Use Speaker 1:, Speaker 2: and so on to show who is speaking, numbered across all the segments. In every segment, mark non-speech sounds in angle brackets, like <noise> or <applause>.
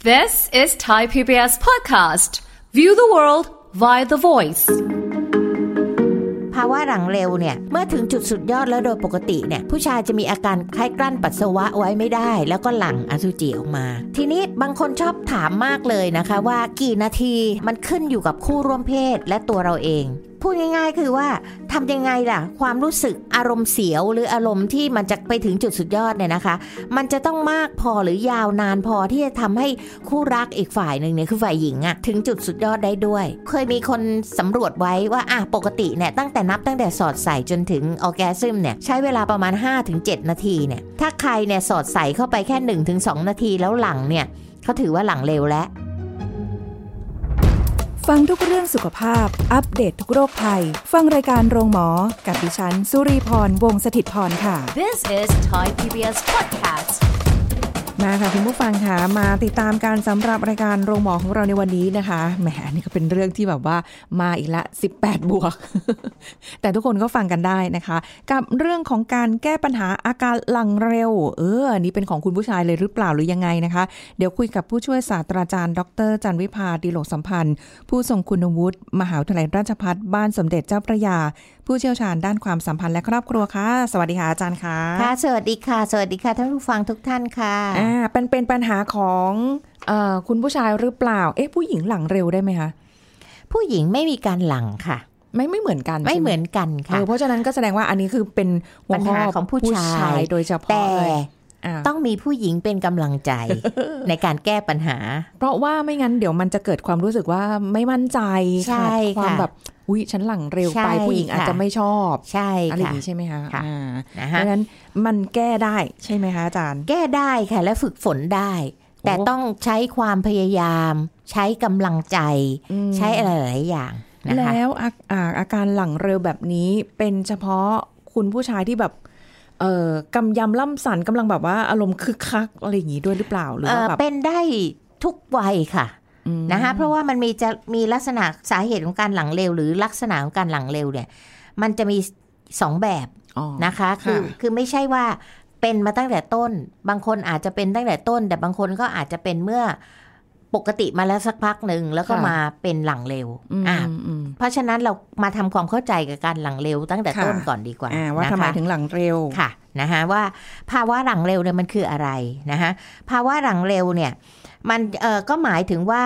Speaker 1: This is Thai PBS podcast. View the world via the voice.
Speaker 2: ภาวะหลังเร็วเนี่ย เมื่อถึงจุดสุดยอดแล้วโดยปกติเนี่ย ผู้ชายจะมีอาการคล้ายกลั้นปัสสาวะไว้ไม่ได้ แล้วก็หลั่งอสุจิออกมา ทีนี้บางคนชอบถามมากเลยนะคะว่ากี่นาทีมันขึ้นอยู่กับคู่ร่วมเพศและตัวเราเอง พูดง่ายๆ คือว่าทำยังไงล่ะ ความรู้สึกอารมณ์เสียวหรืออารมณ์ที่มันจะไปถึงจุดสุดยอดเนี่ยนะคะ มันจะต้องมากพอหรือยาวนานพอที่จะทำให้คู่รักอีกฝ่ายหนึ่งเนี่ยคือฝ่ายหญิงอะถึงจุดสุดยอดได้ด้วย เคยมีคนสำรวจไว้ว่าอ่ะปกติเนี่ยตั้งแต่นับตั้งแต่สอดใส่จนถึงออร์แกซึมเนี่ยใช้เวลาประมาณ 5-7 นาทีเนี่ยถ้าใครเนี่ยสอดใส่เข้าไปแค่ 1-2 นาทีแล้วหลังเนี่ยเขาถือว่าหลังเร็วแล้ว
Speaker 3: ฟังทุกเรื่องสุขภาพ อัปเดตทุกโรคภัย ฟังรายการโรงหมอ กับดิฉัน สุรีพร วงศิตพรค่ะ
Speaker 1: This is Thai PBS podcast.
Speaker 3: มาค่ะคุณผู้ฟังค่ะ มาติดตามการสำหรับรายการโรงหมอของเราในวันนี้นะคะ แหมอันนี่ก็เป็นเรื่องที่แบบว่ามาอีกละ 18 บวก <laughs> แต่ทุกคนก็ฟังกันได้นะคะ กับเรื่องของการแก้ปัญหาอาการหลังเร็ว เอออันนี้เป็นของคุณผู้ชายเลยหรือเปล่าหรือยังไงนะคะ เดี๋ยวคุยกับผู้ช่วยศาสตราจารย์ ดร จันวิพาดิโลกสัมพันธ์ ผู้ทรงคุณวุฒิมหาวิทยาลัยราชภัฏบ้านสมเด็จเจ้าพระยา ผู้เชี่ยวชาญด้านความสัมพันธ์และครอบครัวค่ะ สวัสดีค่ะอาจารย์ค่ะ
Speaker 2: ค่ะสวัสดีค่ะ สวัสดีค่ะท่านผู้ฟังทุกท่านค่ะ
Speaker 3: อ่าเป็นเป็นปัญหาของเออคุณผู้ชายหรือเปล่า เอ๊ะผู้หญิงหลังเร็วได้ไหมคะ
Speaker 2: ผู้หญิงไม่มีการหลังค่ะ
Speaker 3: ไม่ไม่เหมือนกัน
Speaker 2: ไม่
Speaker 3: ใช่
Speaker 2: เหมือนกัน
Speaker 3: เอ
Speaker 2: ค่ะ
Speaker 3: อเพราะฉะนั้นก็แสดงว่าอันนี้คือเป็นหัวข้
Speaker 2: ปัญหาของผู้ชาย
Speaker 3: โดยเฉพาะ
Speaker 2: แต่
Speaker 3: เลยอ่า
Speaker 2: ต้องมีผู้หญิงเป็นกำลัง
Speaker 3: <laughs>
Speaker 2: ใจ ในการแก้ปัญหา
Speaker 3: เพราะว่าไม่งั้นเดี๋ยวมันจะเกิดความรู้สึกว่าไม่มั่นใจ
Speaker 2: ใช่
Speaker 3: ขาดความ
Speaker 2: ค่ะ
Speaker 3: แบบอุ้ยฉันหลังเร็ว
Speaker 2: ใช่
Speaker 3: ไปผู้หญิงอาจ
Speaker 2: ค่ะ
Speaker 3: จะไม่ชอบ
Speaker 2: ใช่
Speaker 3: อะไรอย่า
Speaker 2: ค่ะ
Speaker 3: งนี้ใช่ไหมคะ
Speaker 2: ค่ะ
Speaker 3: อ่า
Speaker 2: นะ
Speaker 3: เพ
Speaker 2: ฮะ
Speaker 3: ราะฉะนั้นมันแก้ได้ใช่ไหมคะอาจารย์
Speaker 2: แก้ได้ค่ะและฝึกฝนได้
Speaker 3: โอ้
Speaker 2: แต่ต้องใช้ความพยายาม ใช้กำลังใจ
Speaker 3: อืม
Speaker 2: ใช้อะไรหลายๆอย่างนะคะ
Speaker 3: แล้วอาอ่าอาการหลังเร็วแบบนี้เป็นเฉพาะคุณผู้ชายที่แบบเอ่อกำยำล่ำสันกำลังแบบว่าอารมณ์คึกคักอะไรอย่างนี้ด้วยหรือเปล่าหรือ
Speaker 2: เอ่
Speaker 3: ว่า
Speaker 2: อ
Speaker 3: แบบ
Speaker 2: เป็นได้ทุกวัยค่ะ
Speaker 3: อืม
Speaker 2: นะคะเพราะว่ามันมีจะมีลักษณะสาเหตุของการหลังเร็ว หรือลักษณะของการหลังเร็วเนี่ย มันจะมีสองแบบ
Speaker 3: อ๋อ
Speaker 2: นะคะคือ
Speaker 3: ค่ะ
Speaker 2: คือไม่ใช่ว่าเป็นมาตั้งแต่ต้น บางคนอาจจะเป็นตั้งแต่ต้น แต่บางคนก็อาจจะเป็นเมื่อปกติมาแล้วสักพักหนึ่งแล้วก็มาเป็นหลังเร็ว
Speaker 3: ม
Speaker 2: อ่ะ
Speaker 3: อืม
Speaker 2: เพราะฉะนั้นเรามาทำความเข้าใจกับการหลังเร็วตั้งแต่
Speaker 3: ค่ะ
Speaker 2: ต้นก่อนดีกว่า
Speaker 3: อ่าว่า
Speaker 2: นะคะ
Speaker 3: ทำไมถึงหลังเร็ว
Speaker 2: ค่ะนะคะว่าภาวะหลังเร็วเนี่ยมันคืออะไรนะคะภาวะหลังเร็วเนี่ยมันเออก็หมายถึงว่า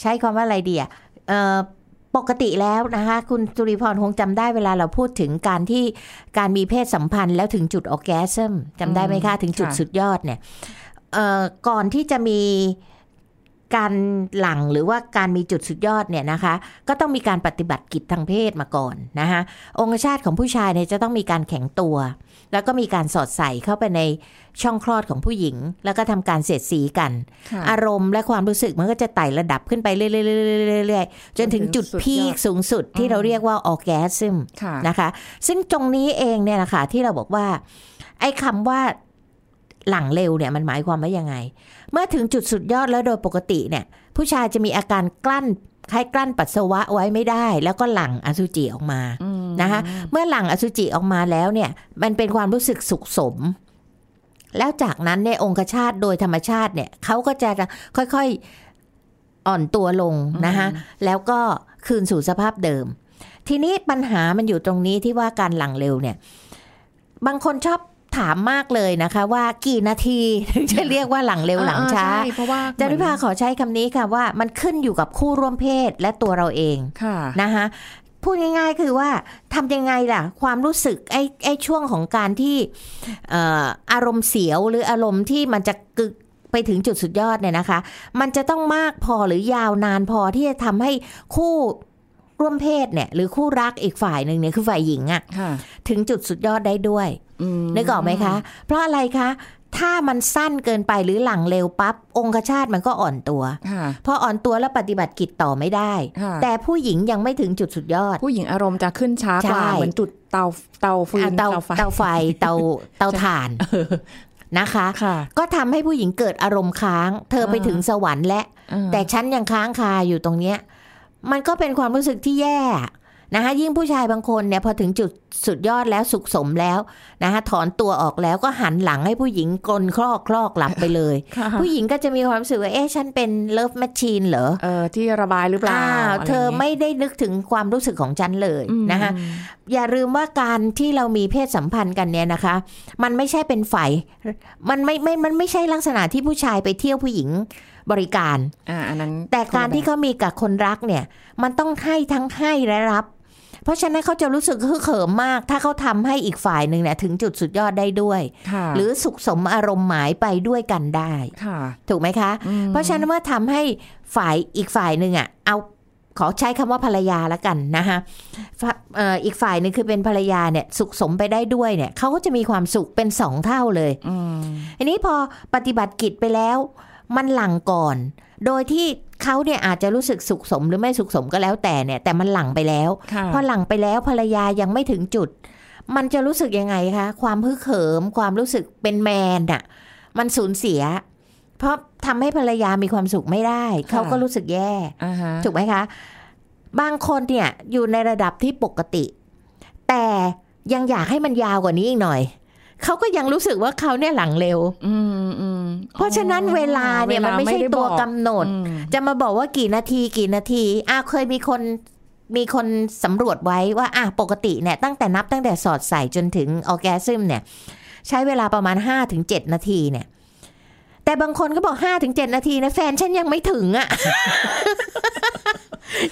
Speaker 2: ใช้คำว่าอะไรดีอ่ะเออปกติแล้วนะคะคุณจุริพรคงจำได้เวลาเราพูดถึงการที่ การมีเพศสัมพันธ์แล้วถึงจุดออร์แกซึมจำได้ไหมคะ
Speaker 3: อืม
Speaker 2: ถึงจุด
Speaker 3: ค่ะ
Speaker 2: สุดยอดเนี่ยเอ่อก่อนที่จะมีการหลังหรือว่าการมีจุดสุดยอดเนี่ยนะคะ ก็ต้องมีการปฏิบัติกิจทางเพศมาก่อนนะคะองคชาตของผู้ชายเนี่ยจะต้องมีการแข็งตัว แล้วก็มีการสอดใส่เข้าไปในช่องคลอดของผู้หญิง แล้วก็ทำการเสียดสีกัน
Speaker 3: ค่ะ
Speaker 2: อารมณ์และความรู้สึกมันก็จะไต่ระดับขึ้นไปเรื่อยๆๆๆๆๆจนถึงจุด
Speaker 3: จนถึงสุดยอด
Speaker 2: พีคสูงสุดที่เราเรียกว่าออร์แกซึม
Speaker 3: ค่ะ
Speaker 2: นะคะซึ่งตรงนี้เองเนี่ยนะคะที่เราบอกว่า ไอ้คำว่าหลังเร็วเนี่ยมันหมายความว่ายังไง เมื่อถึงจุดสุดยอดแล้วโดยปกติเนี่ยผู้ชายจะมีอาการกลั้นคล้ายกลั้นปัสสาวะไว้ไม่ได้ แล้วก็หลั่งอสุจิออกมา
Speaker 3: อืม
Speaker 2: นะคะ เมื่อหลั่งอสุจิออกมาแล้วเนี่ยมันเป็นความรู้สึกสุขสม แล้วจากนั้นเนี่ยองคชาตโดยธรรมชาติเนี่ยเขาก็จะค่อยๆอ่อนตัวลงนะคะแล้วก็คืนสู่สภาพเดิม ทีนี้ปัญหามันอยู่ตรงนี้ที่ว่าการหลังเร็วเนี่ย บางคนชอบถามมากเลยนะคะ ว่ากี่นาทีถึงจะเรียกว่าหลังเร็วหลังช้า
Speaker 3: อ่ใเพราะว่า
Speaker 2: จาริภาขอใช้คำนี้ค่ะว่ามันขึ้นอยู่กับคู่ร่วมเพศและตัวเราเอง
Speaker 3: ค่ะ
Speaker 2: นะคะพูดง่ายๆคือว่าทำยังไงล่ะ ความรู้สึกไอ้ไอ้ช่วงของการที่เอ่ออารมณ์เสียวหรืออารมณ์ที่มันจะกึกไปถึงจุดสุดยอดเนี่ยนะคะ มันจะต้องมากพอหรือยาวนานพอที่จะทำให้คู่ร่วมเพศเนี่ยหรือคู่รักอีกฝ่ายหนึ่งเนี่ยคือฝ่ายหญิงอะ
Speaker 3: ค่ะ
Speaker 2: ถึงจุดสุดยอดได้ด้วย
Speaker 3: อืม
Speaker 2: นึกออกไหมคะ เพราะอะไรคะ ถ้ามันสั้นเกินไปหรือหลังเร็วปั๊บองคชาตมันก็อ่อนตัว
Speaker 3: ค่ะ
Speaker 2: พออ่อนตัวแล้วปฏิบัติกิจต่อไม่ได้
Speaker 3: ค่ะ
Speaker 2: แต่ผู้หญิงยังไม่ถึงจุดสุดยอด
Speaker 3: ผู้หญิงอารมณ์จะขึ้นช้ากว่า
Speaker 2: ใช่
Speaker 3: เหมือนจุดเตาเตาฟืน
Speaker 2: อ่ะเตา
Speaker 3: ไฟ
Speaker 2: เตาไฟเตา <laughs> เตาถ่านนะคะ
Speaker 3: ค่ะ
Speaker 2: ก็ทำให้ผู้หญิงเกิดอารมณ์ค้าง เธอไป
Speaker 3: อ่า
Speaker 2: ถึงสวรรค์และ
Speaker 3: อ่า
Speaker 2: แต่ฉันยังค้างคาอยู่ตรงเนี้ย มันก็เป็นความรู้สึกที่แย่ นะคะยิ่งผู้ชายบางคนเนี่ยพอถึงจุดสุดยอดแล้วสุขสมแล้วนะคะถอนตัวออกแล้วก็หันหลังให้ผู้หญิงกลนคลอกคลอกหลับไปเลย
Speaker 3: ค่ะ
Speaker 2: ผู้หญิงก็จะมีความรู้สึกว่าเอ๊ะฉันเป็นเลิฟแมชชีนเหรอ
Speaker 3: เออที่ระบายหรือเปล่า
Speaker 2: อ้าว
Speaker 3: ะรย่างงี้ย
Speaker 2: เธอไม่ได้นึกถึงความรู้สึกของฉันเลย
Speaker 3: อืม
Speaker 2: นะคะ อย่าลืมว่าการที่เรามีเพศสัมพันธ์กันเนี่ยนะคะ มันไม่ใช่เป็นฝ่ายมันไม่ไม่มันไม่ใช่ลักษณะที่ผู้ชายไปเที่ยวผู้หญิงบริการ
Speaker 3: อ่าอันนั้น
Speaker 2: แต่การที่เขามีกับคนรักเนี่ย มันต้องให้ทั้งให้และรับ เพราะฉะนั้นเขาจะรู้สึกฮึกเหิมมาก ถ้าเขาทำให้อีกฝ่ายหนึ่งเนี่ยถึงจุดสุดยอดได้ด้วย
Speaker 3: ค่ะ
Speaker 2: หรือสุขสมอารมณ์หมายไปด้วยกันได้
Speaker 3: ค่ะ
Speaker 2: ถูกไหมคะ
Speaker 3: อืม
Speaker 2: เพราะฉะนั้นว่าทำให้ฝ่ายอีกฝ่ายหนึ่งอ่ะเอาขอใช้คำว่าภรรยาละกันนะคะฝ่าเอ่ออีกฝ่ายหนึ่งคือเป็นภรรยาเนี่ยสุขสมไปได้ด้วยเนี่ยเขาก็จะมีความสุขเป็นสองเท่าเลย
Speaker 3: อืม
Speaker 2: อันนี้พอปฏิบัติกิจไปแล้ว มันหลังก่อน โดยที่เขาเนี่ยอาจจะรู้สึกสุขสมหรือไม่สุขสมก็แล้วแต่เนี่ย แต่มันหลังไปแล้ว
Speaker 3: ค่ะ
Speaker 2: พอหลังไปแล้วภรรยายังไม่ถึงจุด มันจะรู้สึกยังไงคะ ความฮึกเหิม ความรู้สึกเป็นแมนน่ะ มันสูญเสีย เพราะทำให้ภรรยามีความสุขไม่ได้ เขาก็รู้สึกแย่
Speaker 3: อ่าฮะ
Speaker 2: ถูกไหมคะ บางคนเนี่ยอยู่ในระดับที่ปกติ แต่ยังอยากให้มันยาวกว่านี้อีกหน่อย เขาก็ยังรู้สึกว่าเขาเนี่ยหลังเร็ว
Speaker 3: อืมอืม
Speaker 2: เพราะฉะนั้นเวลาเนี่ยมันไม่ใช่
Speaker 3: ด้
Speaker 2: ตัว
Speaker 3: บอก
Speaker 2: กำหนด
Speaker 3: อืม
Speaker 2: จะมาบอกว่ากี่นาทีกี่นาทีอ้าวเคยมีคนมีคนสำรวจไว้ว่าอ่ะปกติเนี่ยตั้งแต่นับตั้งแต่สอดใส่จนถึงออร์แกซึมเนี่ย ใช้เวลาประมาณ 5-7 นาทีเนี่ย แต่บางคนก็บอก 5-7 นาทีนะแฟนฉันยังไม่ถึงอะ่ะ <laughs>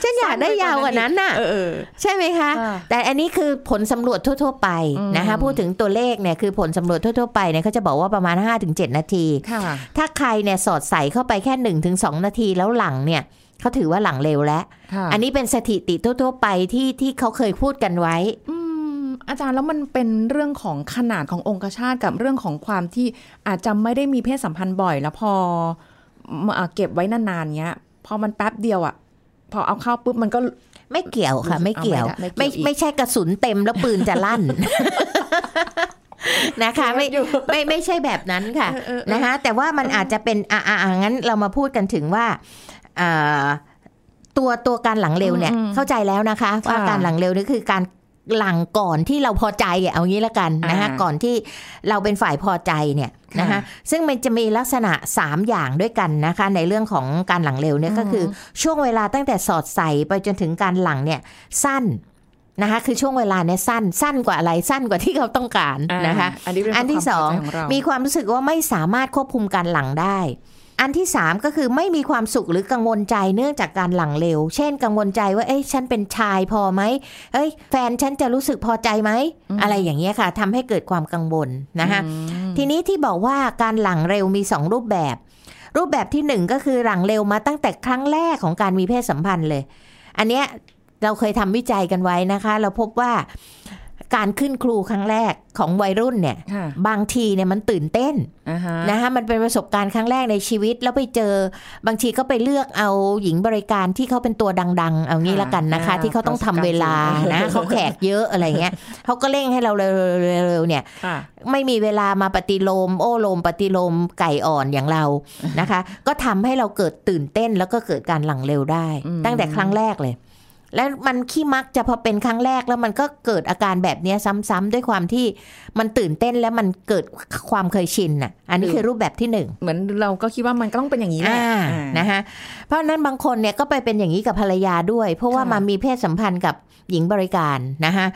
Speaker 2: ฉันอยากได้ยาวกว่านั้นน่ะ
Speaker 3: เออเออ
Speaker 2: ใช่ไหมคะ
Speaker 3: ค่ะ
Speaker 2: แต่อันนี้คือผลสำรวจทั่ว ๆ ไปนะคะ
Speaker 3: อืม
Speaker 2: พูดถึงตัวเลขเนี่ยคือผลสำรวจทั่วๆไปเนี่ยเขาจะบอกว่าประมาณ 5-7 นาที
Speaker 3: ค่ะ
Speaker 2: ถ้าใครเนี่ยสอดใส่เข้าไปแค่1นถึงสนาทีแล้วหลังเนี่ยเขาถือว่าหลังเร็วแล้ว
Speaker 3: ค่ะ
Speaker 2: อันนี้เป็นสถิติทั่วๆไปที่ที่เขาเคยพูดกันไว้
Speaker 3: อืมอาจารย์แล้วมันเป็นเรื่องของขนาดขององคชาตกับเรื่องของความที่อาจจะไม่ได้มีเพศสัมพันธ์บ่อย แล้วพอมาเก็บไว้นานๆเงี้ย พอมันแป๊บเดียวอ่ะ พอเอาเข้าปุ๊บมันก็
Speaker 2: ไม่เกี่ยวค่ะ ไม่เกี่ยว
Speaker 3: เอาไม่ได้ไม่
Speaker 2: ไม่
Speaker 3: เกี่ยวอีก
Speaker 2: ไม่ใช่กระสุนเต็มแล้วปืนจะ
Speaker 3: <laughs>
Speaker 2: ลั่น นะคะไม่ไม่ไม่ใช่แบบนั้นค่ะนะคะแต่ว่ามันอาจจะเป็นอ่ะอ่ะอ่ะงั้นเรามาพูดกันถึงว่าเอ่อตัวตัวการหลังเร็วเนี่ย
Speaker 3: อืมอืม
Speaker 2: เข้าใจแล้วนะคะ ว่า
Speaker 3: ค่ะ
Speaker 2: การหลังเร็วนี่คือการหลังก่อนที่เราพอใจอ่ะเอางี้ละกันนะคะ
Speaker 3: อ่า
Speaker 2: ก่อนที่เราเป็นฝ่ายพอใจเนี่ยนะคะ
Speaker 3: ค่ะ
Speaker 2: ซึ่งมันจะมีลักษณะ 3 อย่างด้วยกันนะคะ ในเรื่องของการหลังเร็วเนี่ยก็คือ ช่วงเวลาตั้งแต่สอดใส่ไปจนถึงการหลังเนี่ย สั้นนะคะ คือช่วงเวลาเนี่ยสั้นสั้นกว่าอะไรสั้นกว่าที่เขาต้องการนะคะ
Speaker 3: อ่าอันนี้เป็น
Speaker 2: อันที่
Speaker 3: ความ
Speaker 2: สอง
Speaker 3: พใจขเรา
Speaker 2: มีความรู้สึกว่าไม่สามารถควบคุมการหลังได้ อันที่สามก็คือไม่มีความสุขหรือกังวลใจเนื่องจากการหลังเร็ว เช่น กังวลใจว่าเอ้ยฉันเป็นชายพอไหมเอ้ยแฟนฉันจะรู้สึกพอใจไหมอะไรอย่างเงี้ยค่ะทำให้เกิดความกังวลนะคะ
Speaker 3: อืม
Speaker 2: ทีนี้ที่บอกว่าการหลังเร็วมี 2 รูปแบบ รูปแบบที่ 1 ก็คือหลังเร็วมาตั้งแต่ครั้งแรกของการมีเพศสัมพันธ์เลย อันเนี้ยเราเคยทำวิจัยกันไว้นะคะ เราพบว่าการขึ้นครูครั้งแรกของวัยรุ่นเนี่ย
Speaker 3: ค่ะ
Speaker 2: บางทีเนี่ยมันตื่นเต้น
Speaker 3: อ่าฮะ
Speaker 2: นะคะมันเป็นประสบการณ์ครั้งแรกในชีวิต แล้วไปเจอบางทีก็ไปเลือกเอาหญิงบริการที่เขาเป็นตัวดัง ๆ เอางี้ละกันนะคะ ที่เขาต้องทำเวลานะเขาแขกเยอะอะไรเงี้ยเขาก็เร่งให้เราเร็วๆๆๆเนี่ย
Speaker 3: ค่ะ
Speaker 2: ไม่มีเวลามาปฏิโลม โอ้โลมปฏิโลมไก่อ่อนอย่างเรา นะคะ ก็ทำให้เราเกิดตื่นเต้นแล้วก็เกิดการหลังเร็วได้
Speaker 3: อืม
Speaker 2: ตั้งแต่ครั้งแรกเลย แล้วมันขี้มักจะพอเป็นครั้งแรกแล้วมันก็เกิดอาการแบบเนี้ยซ้ำๆด้วยความที่มันตื่นเต้นแล้วมันเกิดความเคยชินน่ะ อันนี้คือรูปแบบที่หนึ่ง
Speaker 3: เหมือนเราก็คิดว่ามันก็ต้องเป็นอย่างนี้แหละ
Speaker 2: อ่านะคะเพราะฉะนั้นบางคนเนี่ยก็ไปเป็นอย่างนี้กับภรรยาด้วย เพราะว่า
Speaker 3: ค่ะ
Speaker 2: มามีเพศสัมพันธ์กับหญิงบริการนะคะ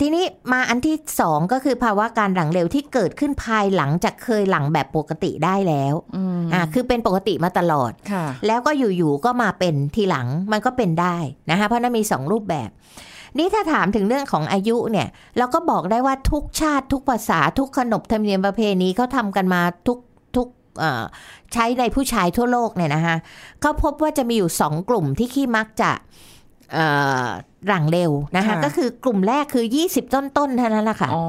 Speaker 2: ทีนี้มาอันที่สองก็คือภาวะการหลังเร็วที่เกิดขึ้นภายหลังจากเคยหลังแบบปกติได้แล้ว
Speaker 3: อืม
Speaker 2: อ่าคือเป็นปกติมาตลอด
Speaker 3: ค่ะ
Speaker 2: แล้วก็อยู่ๆก็มาเป็นทีหลังมันก็เป็นได้นะคะเพราะนั้นมีสองรูปแบบ นี่ถ้าถามถึงเรื่องของอายุเนี่ย เราก็บอกได้ว่าทุกชาติทุกภาษาทุกขนบธรรมเนียมประเพณีเขาทำกันมาทุกทุกเอ่อใช้ในผู้ชายทั่วโลกเนี่ยนะคะเขาพบว่าจะมีอยู่สองกลุ่มที่ขี้มักจะเอ่อหลังเร็วนะคะ
Speaker 3: ค่ะ
Speaker 2: ก็คือกลุ่มแรกคือ 20 ต้นๆเท่านั้นแหละค่ะ
Speaker 3: อ๋อ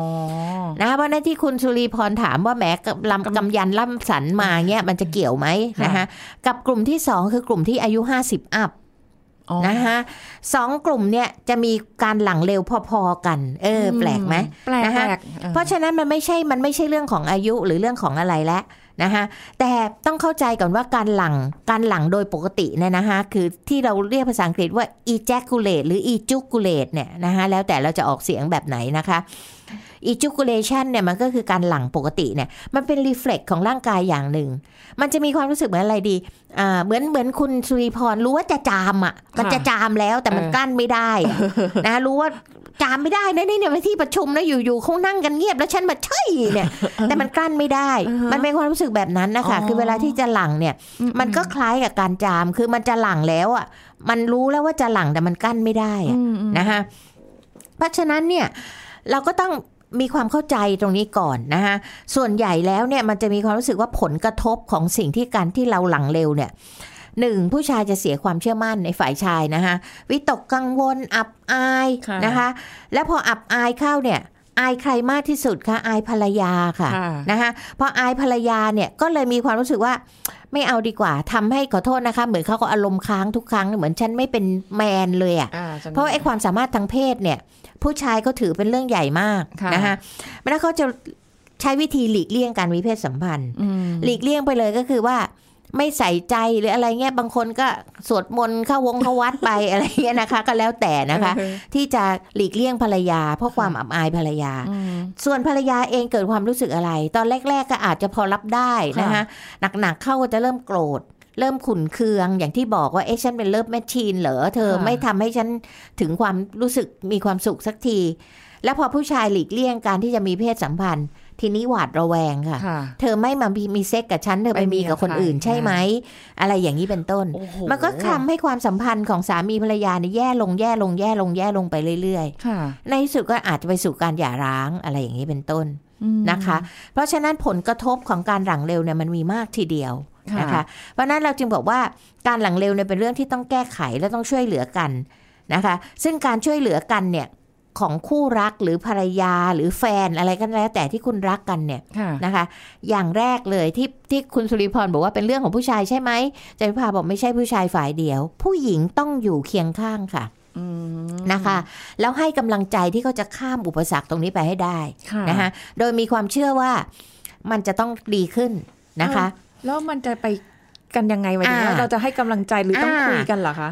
Speaker 2: นะคะเพราะหน้าที่คุณสุรีพรถามว่าแหม้ลำกำยันล่ำสันมาเนี่ยมันจะเกี่ยวไหม
Speaker 3: ค่ะ
Speaker 2: นะคะกับกลุ่มที่สองคือกลุ่มที่อายุ 50 อัพ
Speaker 3: อ๋อ
Speaker 2: นะคะสองกลุ่มเนี่ยจะมีการหลังเร็วพอๆกัน เออ แปลกไหม
Speaker 3: แปลก
Speaker 2: นะคะ
Speaker 3: แปลกออ
Speaker 2: เพราะฉะนั้นมันไม่ใช่มันไม่ใช่เรื่องของอายุหรือเรื่องของอะไรแล้ว นะคะแต่ต้องเข้าใจก่อนว่าการหลังการหลังโดยปกติเนี่ยนะคะคือที่เราเรียกภาษาอังกฤษว่า ejaculate หรือ ejaculate เนี่ยนะคะแล้วแต่เราจะออกเสียงแบบไหนนะคะ ejaculation เนี่ยมันก็คือการหลั่งปกติเนี่ยมันเป็น reflex ของร่างกายอย่างหนึ่ง มันจะมีความรู้สึกเหมือนอะไรดีอ่าเหมือนเหมือนคุณสุริพรรู้ว่าจะจามอ่ะมันจะจามแล้วแต่มัน
Speaker 3: เออ
Speaker 2: กลั้นไม่
Speaker 3: <laughs>
Speaker 2: ได้อะนะรู้ว่าจามไม่ได้นะนี่เนี่ยที่ประชุมนะอยู่ๆเขานั่งกันเงียบแล้วฉันมาเฉยเนี่ย แต่มันกลั้นไม่ได้
Speaker 3: อือฮะ
Speaker 2: มันเป็นความรู้สึกแบบนั้นนะคะ
Speaker 3: อ๋อ
Speaker 2: คือเวลาที่จะหลั่งเนี่ย มันก็คล้ายกับการจาม คือมันจะหลั่งแล้วอ่ะ มันรู้แล้วว่าจะหลั่งแต่มันกั้นไม่ได้อะ
Speaker 3: อืมอืม
Speaker 2: นะคะเพราะฉะนั้นเนี่ยเราก็ต้องมีความเข้าใจตรงนี้ก่อนนะคะส่วนใหญ่แล้วเนี่ยมันจะมีความรู้สึกว่าผลกระทบของสิ่งที่การที่เราหลังเร็วเนี่ยหนึ่งผู้ชายจะเสียความเชื่อมั่นในฝ่ายชายนะคะวิตกกังวลอับอาย
Speaker 3: ค่ะ
Speaker 2: นะคะ และพออับอายเข้าเนี่ย อายใครมากที่สุดคะอายภรรยาค่ะ
Speaker 3: ค่ะ
Speaker 2: นะคะพออายภรรยาเนี่ยก็เลยมีความรู้สึกว่า ไม่เอาดีกว่าทำให้ขอโทษนะคะ เหมือนเขาก็อารมณ์ค้างทุกครั้งเหมือนฉันไม่เป็นแมนเลยอะ่ะ
Speaker 3: อ่จำด้
Speaker 2: เพราะไอ้ความสามารถทางเพศเนี่ย ผู้ชายก็ถือเป็นเรื่องใหญ่มาก
Speaker 3: ค่ะ
Speaker 2: นะคะแล้วเขาจะใช้วิธีหลีกเลี่ยงการมีเพศสัมพันธ์
Speaker 3: อืม
Speaker 2: หลีกเลี่ยงไปเลยก็คือว่า ไม่ใส่ใจหรืออะไรเงี้ยบางคนก็สวดมนต์เข้าวงเข้าวัดไป อะไรเงี้ยนะคะ ก็แล้วแต่นะคะ
Speaker 3: เออ
Speaker 2: ที่จะหลีกเลี่ยงภรรยา เพราะความอับอายภรรยา
Speaker 3: อืม
Speaker 2: ส่วนภรรยาเองเกิดความรู้สึกอะไร ตอนแรก ๆ ก็อาจจะพอรับได้นะคะ
Speaker 3: ค่ะ
Speaker 2: หนักๆเข้าก็จะเริ่มโกรธ เริ่มขุนเคืองอย่างที่บอกว่าเอ๊ะฉันเป็นเลิฟแมชชีนเหรอเธอไม่ทำให้ฉันถึงความรู้สึกมีความสุขสักที แล้วพอผู้ชายหลีกเลี่ยงการที่จะมีเพศสัมพันธ์ ทีนี้หวาดระแวงค่ะ
Speaker 3: ค่ะ
Speaker 2: เธอไม่มามีเซ็กกับฉันเธอไป
Speaker 3: ไปมี
Speaker 2: มีกับคน
Speaker 3: กับใคร
Speaker 2: อื่นใช่ไหม อะไรอย่างนี้เป็นต้น
Speaker 3: โอ้โห
Speaker 2: มันก็ทำให้ความสัมพันธ์ของสามีภรรยาเนี่ยแย่ลงแย่ลงแย่ลงแย่ลงไปเรื่อย ๆ
Speaker 3: ค่ะ
Speaker 2: ในที่สุดก็อาจจะไปสู่การหย่าร้างอะไรอย่างนี้เป็นต้น
Speaker 3: อืม
Speaker 2: นะคะ เพราะฉะนั้นผลกระทบของการหลังเร็วเนี่ยมันมีมากทีเดียวนะคะ
Speaker 3: ค่ะ
Speaker 2: เพราะฉะนั้นเราจึงบอกว่าการหลังเร็วเนี่ยเป็นเรื่องที่ต้องแก้ไขและต้องช่วยเหลือกันนะคะ ซึ่งการช่วยเหลือกันเนี่ยของคู่รักหรือภรรยาหรือแฟนอะไรก็แล้ว แต่ที่คุณรักกันเนี่ย
Speaker 3: ค่ะ
Speaker 2: นะคะ อย่างแรกเลยที่ที่คุณสุริพรบอกว่าเป็นเรื่องของผู้ชายใช่ไหมจริพาบอกไม่ใช่ผู้ชายฝ่ายเดียว ผู้หญิงต้องอยู่เคียงข้างค่ะ
Speaker 3: อืม
Speaker 2: นะคะแล้วให้กำลังใจที่เขาจะข้ามอุปสรรคตรงนี้ไปให้ได้
Speaker 3: ค่ะ
Speaker 2: นะคะโดยมีความเชื่อว่ามันจะต้องดีขึ้นนะคะ
Speaker 3: แล้วมันจะไปกันยังไงวะ
Speaker 2: อ่า
Speaker 3: เนี่ยเราจะให้กำลังใจหรือต้อง
Speaker 2: อ่า
Speaker 3: คุยกันเหรอคะ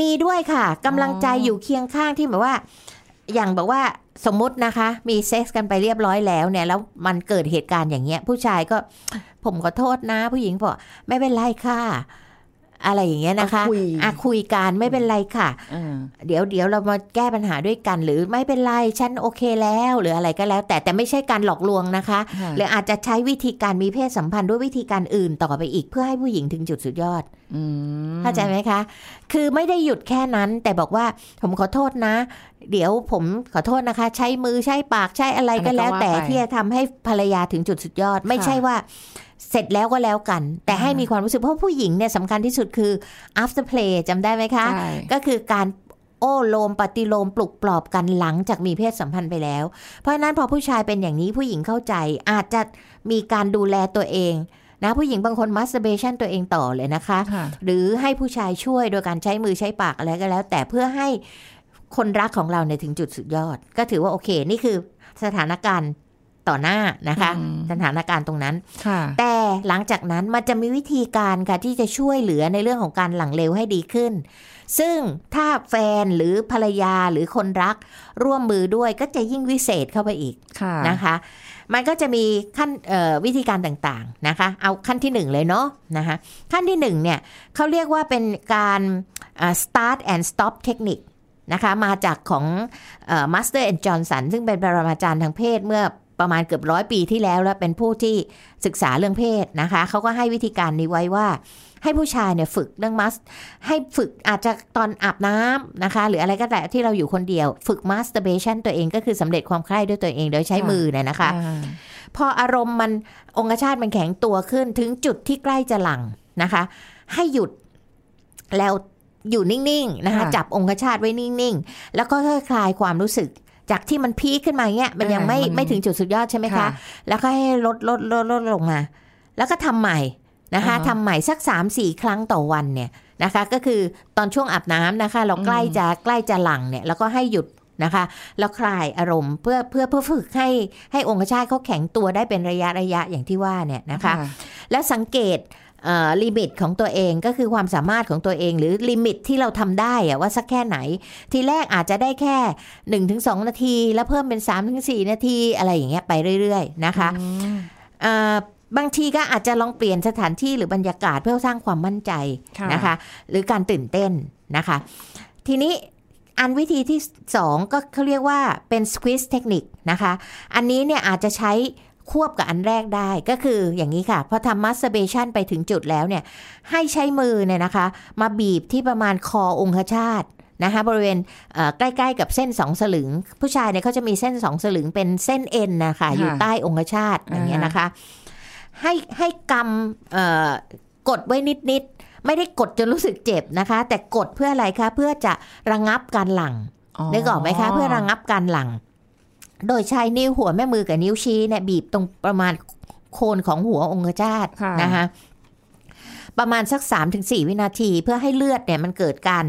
Speaker 2: มีด้วยค่ะกำลังใจอยู่เคียงข้างที่แบบว่า อย่างแบบว่าสมมตินะคะ มีเซ็กซ์กันไปเรียบร้อยแล้วเนี่ยแล้วมันเกิดเหตุการณ์อย่างเงี้ย ผู้ชายก็ผมขอโทษนะ ผู้หญิงบอกไม่เป็นไรค่ะ อะไรอย่างเงี้ยนะคะ
Speaker 3: เอาคุย
Speaker 2: อ่ะคุยกันไม่เป็นไรค่ะ
Speaker 3: อ่า
Speaker 2: เดี๋ยวเดี๋ยวเรามาแก้ปัญหาด้วยกัน หรือไม่เป็นไรฉันโอเคแล้ว หรืออะไรก็แล้ว แต่แต่ไม่ใช่การหลอกลวงนะคะ
Speaker 3: ค่ะ
Speaker 2: หรืออาจจะใช้วิธีการมีเพศสัมพันธ์ด้วยวิธีการอื่นต่อไปอีกเพื่อให้ผู้หญิงถึงจุดสุดยอด
Speaker 3: อืม
Speaker 2: เข้าใจไหมคะ คือไม่ได้หยุดแค่นั้น แต่บอกว่าผมขอโทษนะ เดี๋ยวผมขอโทษนะคะ ใช้มือใช้ปากใช้อะไรก็แล้ว แต่
Speaker 3: อะไรก็ว่าไป
Speaker 2: ที่จะทำให้ภรรยาถึงจุดสุดยอด ไม่ใช่ว่าเสร็จแล้วก็แล้วกัน แต่ให้
Speaker 3: อ่ามี
Speaker 2: มีความรู้สึกเพราะผู้หญิงเนี่ยสำคัญที่สุดคือ after play จำได้ไหมคะ
Speaker 3: ใช่
Speaker 2: ก็คือการโอ้โลมปฏิโลมปลุกปลอบกันหลังจากมีเพศสัมพันธ์ไปแล้ว เพราะฉะนั้นพอผู้ชายเป็นอย่างนี้ผู้หญิงเข้าใจอาจจะมีการดูแลตัวเองนะผู้หญิงบางคนมัสเตอร์เบชันตัวเองต่อเลยนะคะ
Speaker 3: ค่ะ
Speaker 2: หรือให้ผู้ชายช่วยโดยการใช้มือใช้ปากอะไรก็แล้ว แต่เพื่อให้คนรักของเราเนี่ยถึงจุดสุดยอด ก็ถือว่าโอเค นี่คือสถานการณ์ต่อหน้านะคะ
Speaker 3: อืม
Speaker 2: สถานการณ์ตรงนั้น
Speaker 3: ค่ะ
Speaker 2: แต่หลังจากนั้นมันจะมีวิธีการค่ะที่จะช่วยเหลือในเรื่องของการหลังเร็วให้ดีขึ้น ซึ่งถ้าแฟนหรือภรรยาหรือคนรักร่วมมือด้วยก็จะยิ่งวิเศษเข้าไปอีก
Speaker 3: ค่ะ
Speaker 2: นะคะ มันก็จะมีขั้นเอ่อวิธีการต่างๆนะคะ เอาขั้นที่หนึ่งเลยเนาะนะคะขั้นที่หนึ่งเนี่ยเขาเรียกว่าเป็นการอ่า start and stop technique นะคะมาจากของเอ่อ Master and Johnson ซึ่งเป็นปรมาจารย์ทางเพศเมื่อประมาณเกือบร้อยปีที่แล้วและเป็นผู้ที่ ศึกษาเรื่องเพศนะคะเขาก็ให้วิธีการนี้ไว้ว่า ให้ผู้ชายเนี่ยฝึกเรื่องมัส ให้ฝึกอาจจะตอนอาบน้ำนะคะ หรืออะไรก็แต่ที่เราอยู่คนเดียว ฝึก masturbation ตัวเองก็คือสำเร็จความใคร่ด้วยตัวเองโดยใช้มือเนี่ยนะคะ
Speaker 3: อ่า
Speaker 2: พออารมณ์มันองคชาตมันแข็งตัวขึ้นถึงจุดที่ใกล้จะหลังนะคะ ให้หยุดแล้วอยู่นิ่งๆนะคะ จับองคชาตไว้นิ่งๆ แล้วก็ค่อยๆคลายความรู้สึก จากที่มันพีคขึ้นมาเงี้ยมันยังไม่ไม่ถึงจุดสุดยอดใช่ไหมคะ แล้วก็ให้ลดลดลดลดลงมา แล้วก็ทำใหม่นะคะ
Speaker 3: อ่าฮะ
Speaker 2: ทำใหม่สัก3ามสี่ครั้งต่อวันเนี่ยนะคะ ก็คือตอนช่วงอาบน้ำนะคะ เราใกล้จะใกล้จะหลังเนี่ยแล้วก็ให้หยุด นะคะ แล้วคลายอารมณ์เพื่อเพื่อเพื่อฝึกให้ให้องคชาตเขาแข็งตัวได้เป็นระยะระยะอย่างที่ว่าเนี่ยนะคะ และสังเกตลิมิตของตัวเองก็คือความสามารถของตัวเอง หรือลิมิตที่เราทำได้อะว่าสักแค่ไหน ทีแรกอาจจะได้แค่ 1-2 นาที แล้วเพิ่มเป็น 3-4 นาทีอะไรอย่างเงี้ยไปเรื่อยๆนะคะ
Speaker 3: อืม
Speaker 2: เอ่อบางทีก็อาจจะลองเปลี่ยนสถานที่หรือบรรยากาศเพื่อสร้างความมั่นใจนะคะ หรือการตื่นเต้นนะคะ ทีนี้อันวิธีที่ 2 ก็เขาเรียกว่าเป็น squeeze technique นะคะ อันนี้เนี่ยอาจจะใช้ควบกับอันแรกได้ก็คืออย่างนี้ค่ะ พอทำ masturbation ไปถึงจุดแล้วเนี่ย ให้ใช้มือเนี่ยนะคะ มาบีบที่ประมาณคอองคชาตนะคะบริเวณเอ่อใกล้ๆกับเส้นสองสลึง ผู้ชายเนี่ยเขาจะมีเส้นสองสลึงเป็นเส้นเอ็นนะคะอยู่ใต้องคชาตอย่างเงี้ยนะคะ ให้ให้กำเอ่อกดไว้นิดๆไม่ได้กดจนรู้สึกเจ็บนะคะ แต่กดเพื่ออะไรคะเพื่อจะระงับการหลัง นึกออกไหมคะเพื่อระงับการหลัง โดยใช้นิ้วหัวแม่มือกับนิ้วชี้เนี่ยบีบตรงประมาณโคนของหัวองคชาต
Speaker 3: ค่ะ
Speaker 2: นะคะประมาณสัก 3-4 วินาที เพื่อให้เลือดเนี่ยมันเกิดการ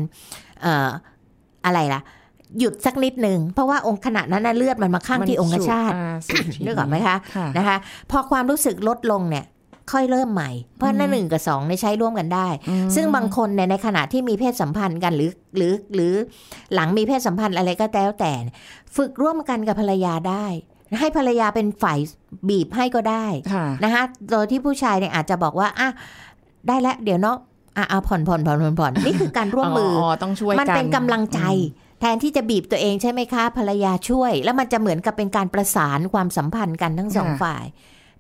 Speaker 2: เอ่ออะไรล่ะ หยุดสักนิดหนึ่งเพราะว่าองค์ขณะนั้นน่ะเลือดมันมาข้างที่องคชาต
Speaker 3: สูบที่
Speaker 2: นึกออกไหมคะ
Speaker 3: ค่ะ
Speaker 2: นะคะพอความรู้สึกลดลงเนี่ยค่อยเริ่มใหม่ เพราะหนั่นหนึ่งกับสองเนี่ยใช้ร่วมกันได้
Speaker 3: อืม
Speaker 2: ซึ่งบางคนเนี่ยในขณะที่มีเพศสัมพันธ์กันหรือหรือหรือหลังมีเพศสัมพันธ์อะไรก็แล้วแต่เนี่ยฝึกร่วมกันกับภรรยาได้ ให้ภรรยาเป็นฝ่ายบีบให้ก็ได้
Speaker 3: ค่ะ
Speaker 2: นะคะโดยที่ผู้ชายเนี่ยอาจจะบอกว่าอ่ะได้แล้วเดี๋ยวเนาะอ่ะเอาผ่อนผ่อนผ่อนผ่อนผ่อนนี่คือการร่วมมืออ
Speaker 3: ต้องช่วยกัน
Speaker 2: มันเป็นกำลังใจ แทนที่จะบีบตัวเองใช่ไหมคะ ภรรยาช่วย แล้วมันจะเหมือนกับเป็นการประสานความสัมพันธ์กันทั้งสองฝ่าย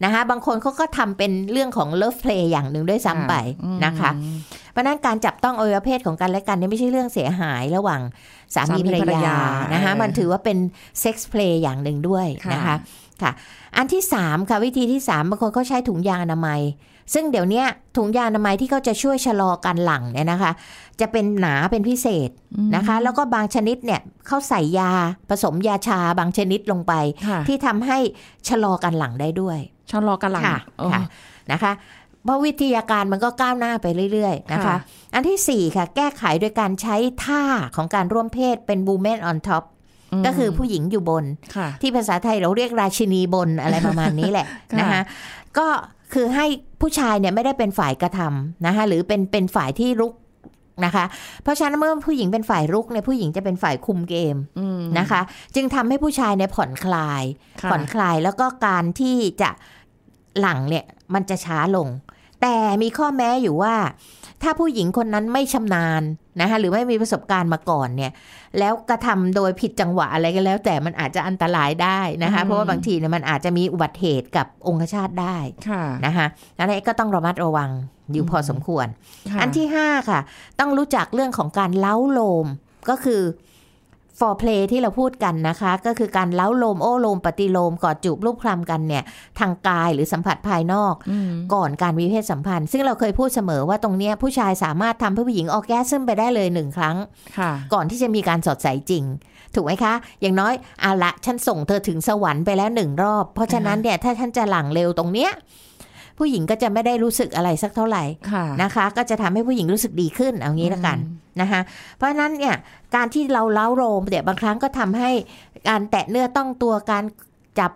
Speaker 2: นะคะบางคนเขาก็ทำเป็นเรื่องของ love play อย่างหนึ่งด้วยซ้ำไป
Speaker 3: อืม
Speaker 2: นะคะ เพราะฉะนั้นการจับต้องอวัยวะเพศของกันและกันเนี่ยไม่ใช่เรื่องเสียหายระหว่างสามี
Speaker 3: สามี
Speaker 2: ภรร
Speaker 3: ภรร
Speaker 2: ยาย
Speaker 3: า
Speaker 2: นะคะ
Speaker 3: เออ
Speaker 2: มันถือว่าเป็น sex play อย่างหนึ่งด้วยนะคะ
Speaker 3: ค่ะ
Speaker 2: ค่ะ อันที่สามค่ะวิธีที่สามบางคนเขาใช้ถุงยางอนามัย ซึ่งเดี๋ยวเนี้ยถุงยางอนามัยที่เขาจะช่วยชะลอการหลั่งเนี่ยนะคะ จะเป็นหนาเป็นพิเศษนะคะ แล้วก็บางชนิดเนี่ยเขาใส่ยาผสมยาชาบางชนิดลงไป
Speaker 3: ค่ะ
Speaker 2: ที่ทำให้ชะลอการหลั่งได้ด้วย
Speaker 3: ชะลอกำลัง
Speaker 2: ค่ะ
Speaker 3: โอ้
Speaker 2: ค่ะนะคะ เพราะวิทยาการมันก็ก้าวหน้าไปเรื่อยๆนะคะ
Speaker 3: ค่ะ
Speaker 2: อันที่ 4 ค่ะ แก้ไขโดยการใช้ท่าของการร่วมเพศเป็น woman on top
Speaker 3: ม
Speaker 2: ก็คือผู้หญิงอยู่บน
Speaker 3: ค่ะ
Speaker 2: ที่ภาษาไทยเราเรียกราชินีบนอะไรประมาณนี้แหละ
Speaker 3: <laughs> ค่ะ
Speaker 2: นะคะก็คือให้ผู้ชายเนี่ยไม่ได้เป็นฝ่ายกระทำนะคะหรือเป็นเป็นฝ่ายที่รุกนะคะ เพราะฉะนั้นเมื่อผู้หญิงเป็นฝ่ายรุกเนี่ยผู้หญิงจะเป็นฝ่ายคุมเกม
Speaker 3: อืม
Speaker 2: นะคะ จึงทำให้ผู้ชายเนี่ยผ่อนคลาย
Speaker 3: ค่ะ
Speaker 2: ผ่อนคลายแล้วก็การที่จะหลังเนี่ยมันจะช้าลง แต่มีข้อแม้อยู่ว่า ถ้าผู้หญิงคนนั้นไม่ชำนาญนะคะหรือไม่มีประสบการณ์มาก่อนเนี่ยแล้วกระทำโดยผิดจังหวะอะไรก็แล้ว แต่มันอาจจะอันตรายได้นะคะเพราะว่าบางทีเนี่ยมันอาจจะมีอุบัติเหตุกับองคชาตได้
Speaker 3: ค่ะ
Speaker 2: นะคะอันนี้ก็ต้องระมัดระวังอยู่พอสมควร
Speaker 3: ค่ะ
Speaker 2: อันที่ 5 ค่ะ ต้องรู้จักเรื่องของการเล้าโลมก็คือ for play ที่เราพูดกันนะคะ ก็คือการเล้าโลมโอ้โลมปฏิโลมกอดจูบรูปคลำกันเนี่ย ทางกายหรือสัมผัสภายนอก
Speaker 3: อืม
Speaker 2: ก่อนการมีเพศสัมพันธ์ ซึ่งเราเคยพูดเสมอว่าตรงเนี้ยผู้ชายสามารถทำให้ผู้หญิงออกแก้ซึมไปได้เลยหนึ่งครั้ง
Speaker 3: ค่ะ
Speaker 2: ก่อนที่จะมีการสอดใสจริง ถูกไหมคะ อย่างน้อยเอาละฉันส่งเธอถึงสวรรค์ไปแล้วหนึ่งรอบ เพราะฉะนั้นเนี่ยถ้าฉันจะหลังเร็วตรงเนี้ยผู้หญิงก็จะไม่ได้รู้สึกอะไรสักเท่าไหร่
Speaker 3: ค่ะ
Speaker 2: นะคะก็จะทำให้ผู้หญิงรู้สึกดีขึ้นเอางี้ละกันนะคะเพราะฉะนั้นเนี่ยการที่เราเล้าโรมเนี่ยบางครั้งก็ทำให้การแตะเนื้อต้องตัวการจับ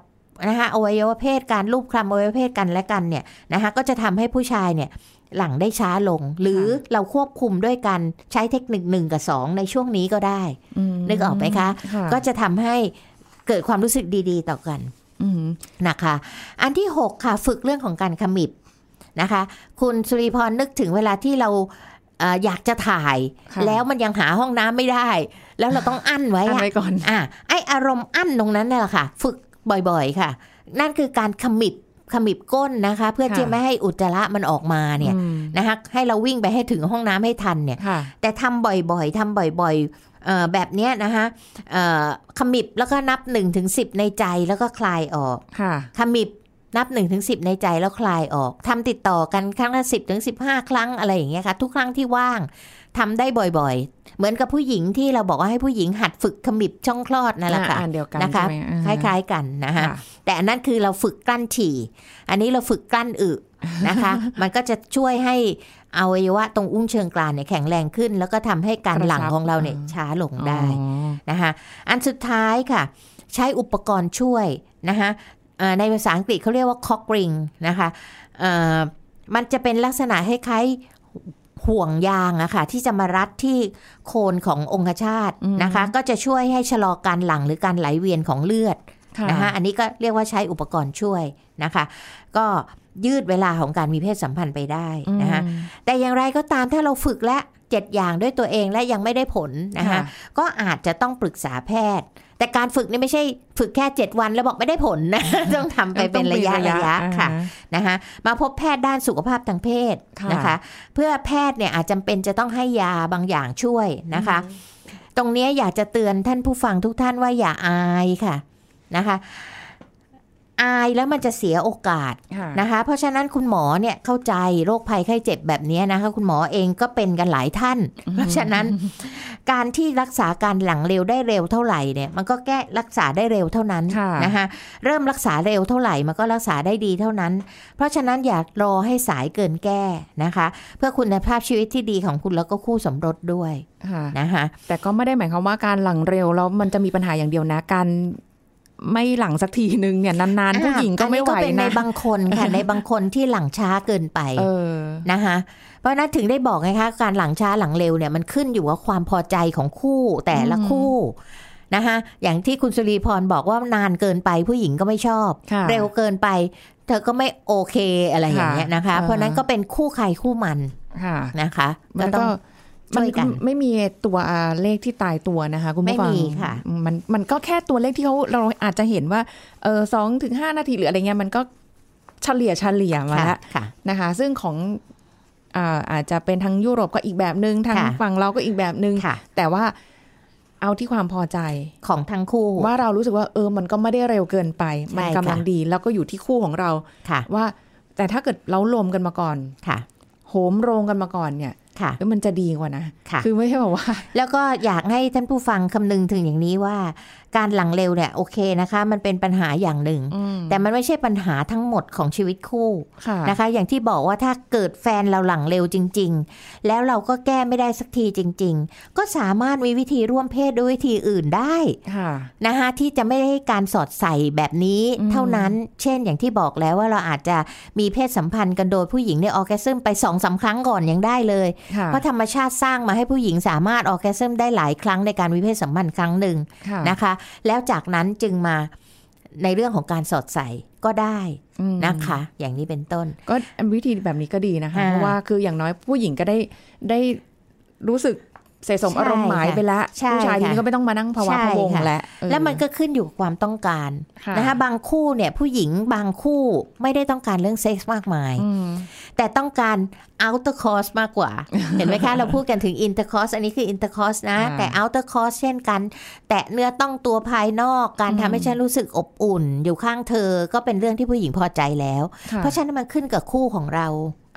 Speaker 2: นะคะอวัยวะเพศการลูบคลำอวัยวะเพศกันและกันเนี่ยนะคะก็จะทำให้ผู้ชายเนี่ยหลังได้ช้าลง หรือเราควบคุมด้วยการใช้เทคนิคหนึ่งกับสองในช่วงนี้ก็ได้
Speaker 3: ม
Speaker 2: นึกออกไหมคะ
Speaker 3: ค่ะ
Speaker 2: ก็จะทำให้เกิดความรู้สึกดีๆ ต่อกัน
Speaker 3: อืม
Speaker 2: นะคะ อันที่ 6 ค่ะฝึกเรื่องของการขมิบนะคะ คุณสุริพรนึกถึงเวลาที่เราเอ่ออยากจะถ่าย
Speaker 3: ค่ะ
Speaker 2: แล้วมันยังหาห้องน้ำไม่ได้ แล้วเราต้องอั้นไว้
Speaker 3: อัน
Speaker 2: อะ
Speaker 3: ไว้ก่อน
Speaker 2: อ่ะไออารมณ์อั้นตรงนั้นน่นแหละค่ะ ฝึกบ่อยๆค่ะ นั่นคือการขมิบขมิบก้นนะคะ เพื่อ
Speaker 3: ค่ะ
Speaker 2: ที่ไม่ให้อุจจาระมันออกมาเนี่ย
Speaker 3: อืม
Speaker 2: นะคะให้เราวิ่งไปให้ถึงห้องน้ำให้ทันเนี่ย
Speaker 3: ค่ะ
Speaker 2: แต่ทำบ่อยๆ ทำบ่อยๆเอ่อแบบเนี้ยนะคะเอ่อขมิบแล้วก็นับ1นถึงสิในใจแล้วก็คลายออก
Speaker 3: ค่ะ
Speaker 2: ขมิบนับ1นถึงสิในใจแล้วคลายออกทำติดต่อกันครั้งละ 10ถึง15 ครั้งอะไรอย่างเงี้ยค่ะ ทุกครั้งที่ว่างทำได้บ่อยๆ เหมือนกับผู้หญิงที่เราบอกว่าให้ผู้หญิงหัดฝึกขมิบช่องคลอดนั่นแหละค่ะ
Speaker 3: อ่าอันเดียวกัน
Speaker 2: นะคะ
Speaker 3: ใช่ไหมอ่
Speaker 2: คล้ายๆกันนะคะ
Speaker 3: ค่ะ
Speaker 2: แต่อันนั้นคือ
Speaker 3: <laughs>
Speaker 2: เราฝึกกลั้นฉี่ อันนี้เราฝึกกลั้นอึนะคะ มันก็จะช่วยให้ อวัยวะตรงอุ้งเชิงกรานเนี่ยแข็งแรงขึ้น แล้วก็ทำให้การหลังของเราเนี่ยช้าลงได้
Speaker 3: อ๋อ
Speaker 2: นะคะอันสุดท้ายค่ะ ใช้อุปกรณ์ช่วยนะคะเอ่อในภาษาอังกฤษเขาเรียกว่า cock ring นะคะเอ่อมันจะเป็นลักษณะคล้ายๆห่วงยางอะค่ะที่จะมารัดที่โคนขององคชาตนะคะก็จะช่วยให้ชะลอการหลังหรือการไหลเวียนของเลือด
Speaker 3: ค่ะ
Speaker 2: นะคะอันนี้ก็เรียกว่าใช้อุปกรณ์ช่วยนะคะ ก็ยืดเวลาของการมีเพศสัมพันธ์ไปได้นะคะ
Speaker 3: อืม
Speaker 2: แต่อย่างไรก็ตามถ้าเราฝึกและเจ็ดอย่างด้วยตัวเองและยังไม่ได้ผลนะคะ
Speaker 3: ค่ะ
Speaker 2: ก็อาจจะต้องปรึกษาแพทย์ แต่การฝึกนี่ไม่ใช่ฝึกแค่ 7 วันแล้วบอกไม่ได้ผลนะ <laughs> ต้องทำไปเป็นระยะ
Speaker 3: ต้อง
Speaker 2: ระยะค่ะ
Speaker 3: อ่า
Speaker 2: นะคะมาพบแพทย์ด้านสุขภาพทางเพศ
Speaker 3: ค่ะ
Speaker 2: นะคะ เพื่อแพทย์เนี่ยอาจจำเป็นจะต้องให้ยาบางอย่างช่วยนะคะ ตรงเนี้ยอยากจะเตือนท่านผู้ฟังทุกท่านว่าอย่าอายค่ะนะคะ อายแล้วมันจะเสียโอกาส
Speaker 3: ค่ะ
Speaker 2: นะคะ เพราะฉะนั้นคุณหมอเนี่ยเข้าใจโรคภัยไข้เจ็บแบบเนี้ยนะคะ คุณหมอเองก็เป็นกันหลายท่าน เพราะฉะ
Speaker 3: <laughs>
Speaker 2: นั้นการที่รักษาการหลังเร็วได้เร็วเท่าไหร่เนี่ย มันก็แก้รักษาได้เร็วเท่านั้น
Speaker 3: ค่ะ
Speaker 2: นะคะเริ่มรักษาเร็วเท่าไหร่มันก็รักษาได้ดีเท่านั้น เพราะฉะนั้นอย่ารอให้สายเกินแก้นะคะ เพื่อคุณภาพชีวิตที่ดีของคุณแล้วก็คู่สมรสด้วย
Speaker 3: ค่ะ
Speaker 2: นะคะ
Speaker 3: แต่ก็ไม่ได้หมายความว่าการหลังเร็วแล้วมันจะมีปัญหาอย่างเดียวนะการไม่หลังสักทีนึงเนี่ยนานๆผู้หญิงก็ไม่ไหว
Speaker 2: อันนี้ก็เป็นใน
Speaker 3: นะ
Speaker 2: บางคนค่ะ ในบางคนที่หลังช้าเกินไป
Speaker 3: เออ
Speaker 2: นะคะเพราะฉะนั้นถึงได้บอกไงคะการหลังช้าหลังเร็วเนี่ยมันขึ้นอยู่กับความพอใจของคู่แต่ละคู่นะคะอย่างที่คุณสุรีพรบอกว่านานเกินไปผู้หญิงก็ไม่ชอบ
Speaker 3: ค่ะ
Speaker 2: เร็วเกินไป เธอก็ไม่โอเคอะไรอย่างเงี้ยนะคะ
Speaker 3: ค่ะ
Speaker 2: เพราะฉะนั้นก็เป็นคู่ใครคู่มัน
Speaker 3: ค่ะ
Speaker 2: นะคะ
Speaker 3: มั
Speaker 2: ก็
Speaker 3: น
Speaker 2: ต้อ
Speaker 3: ก็
Speaker 2: ง ช่
Speaker 3: มัน
Speaker 2: วยกัน
Speaker 3: ไม่มีตัวเลขที่ตายตัวนะคะ คุณผู้ฟัง
Speaker 2: ไม่มีค่ะ
Speaker 3: มันมันก็แค่ตัวเลขที่เขาเราอาจจะเห็นว่าเออสองถึงห้านาทีหรืออะไรเงี้ยมันก็เฉลี่ยเฉลี่ยมา
Speaker 2: ค่ะ
Speaker 3: แล้ว
Speaker 2: ค่ะ
Speaker 3: นะคะ ซึ่งของอ่าอาจจะเป็นทางยุโรปก็อีกแบบนึงทาง
Speaker 2: ค่ะ
Speaker 3: ฝั่งเราก็อีกแบบนึง
Speaker 2: ค่ะ
Speaker 3: แต่ว่าเอาที่ความพอใจ
Speaker 2: ของทั้งคู่
Speaker 3: ว่าเรารู้สึกว่าเออมันก็ไม่ได้เร็วเกินไป มัน
Speaker 2: ใช่ค่ะ
Speaker 3: กำลังดีแล้วก็อยู่ที่คู่ของเรา
Speaker 2: ค่ะ
Speaker 3: ว่า แต่ถ้าเกิดเราลมกันมาก่อน
Speaker 2: ค่ะ
Speaker 3: โหมโรงกันมาก่อนเนี่ย
Speaker 2: ค่ะ
Speaker 3: เอ้ยมันจะดีกว่านะ
Speaker 2: ค่ะ
Speaker 3: คือไม่ใช่แบบว่า
Speaker 2: แล้วก็อยากให้ท่านผู้ฟังคำนึงถึงอย่างนี้ว่า การหลังเร็วเนี่ยโอเคนะคะ มันเป็นปัญหาอย่างหนึ่ง แต่มันไม่ใช่ปัญหาทั้งหมดของชีวิตคู่
Speaker 3: ค่ะ
Speaker 2: นะคะ อย่างที่บอกว่าถ้าเกิดแฟนเราหลังเร็วจริง ๆ แล้วเราก็แก้ไม่ได้สักทีจริง ๆ ก็สามารถมีวิธีร่วมเพศด้วยวิธีอื่นได้
Speaker 3: ค่ะ
Speaker 2: นะคะที่จะไม่ให้การสอดใส่แบบนี้
Speaker 3: อืม
Speaker 2: เท่านั้น เช่นอย่างที่บอกแล้วว่าเราอาจจะมีเพศสัมพันธ์กันโดยผู้หญิงเนี่ยออร์แกซึมไปสองสามครั้งก่อนยังได้เลย
Speaker 3: ค่ะ
Speaker 2: เพราะธรรมชาติสร้างมาให้ผู้หญิงสามารถออกแกซึมได้หลายครั้งในการวิเพศสัมพันธ์ครั้งหนึ่ง
Speaker 3: ค่ะ
Speaker 2: นะคะ แล้วจากนั้นจึงมาในเรื่องของการสอดใส่ก็ได้
Speaker 3: อืม
Speaker 2: นะคะ อย่างนี้เป็นต้น
Speaker 3: ก็วิธีแบบนี้ก็ดีนะคะ
Speaker 2: อ่า
Speaker 3: เพราะว่าคืออย่างน้อยผู้หญิงก็ได้ได้รู้สึกเสะสมอารมณ์หมายไปละ
Speaker 2: ใช่ค่ะ
Speaker 3: ผู้ชายทีนี้ก็ไม่ต้องมานั่งภาวะ
Speaker 2: ใช่
Speaker 3: พะวง
Speaker 2: ค่ะ
Speaker 3: แล้วเออ
Speaker 2: และมันก็ขึ้นอยู่กับความต้องการ
Speaker 3: ค่ะ
Speaker 2: นะคะบางคู่เนี่ยผู้หญิงบางคู่ไม่ได้ต้องการเรื่องเซ็กส์มากมาย
Speaker 3: อืม
Speaker 2: แต่ต้องการ outer course มากกว่า
Speaker 3: <laughs>
Speaker 2: เห็นไหมคะ เราพูดกันถึง inter course อันนี้คือ inter course นะ
Speaker 3: อ่า
Speaker 2: แต่ outer course เช่นกัน แตะเนื้อต้องตัวภายนอก การทำให้ฉันรู้สึกอบอุ่น อยู่ข้างเธอก็เป็นเรื่องที่ผู้หญิงพอใจแล้ว
Speaker 3: ค่ะ
Speaker 2: เพราะฉะนั้นมันขึ้นกับคู่ของเรา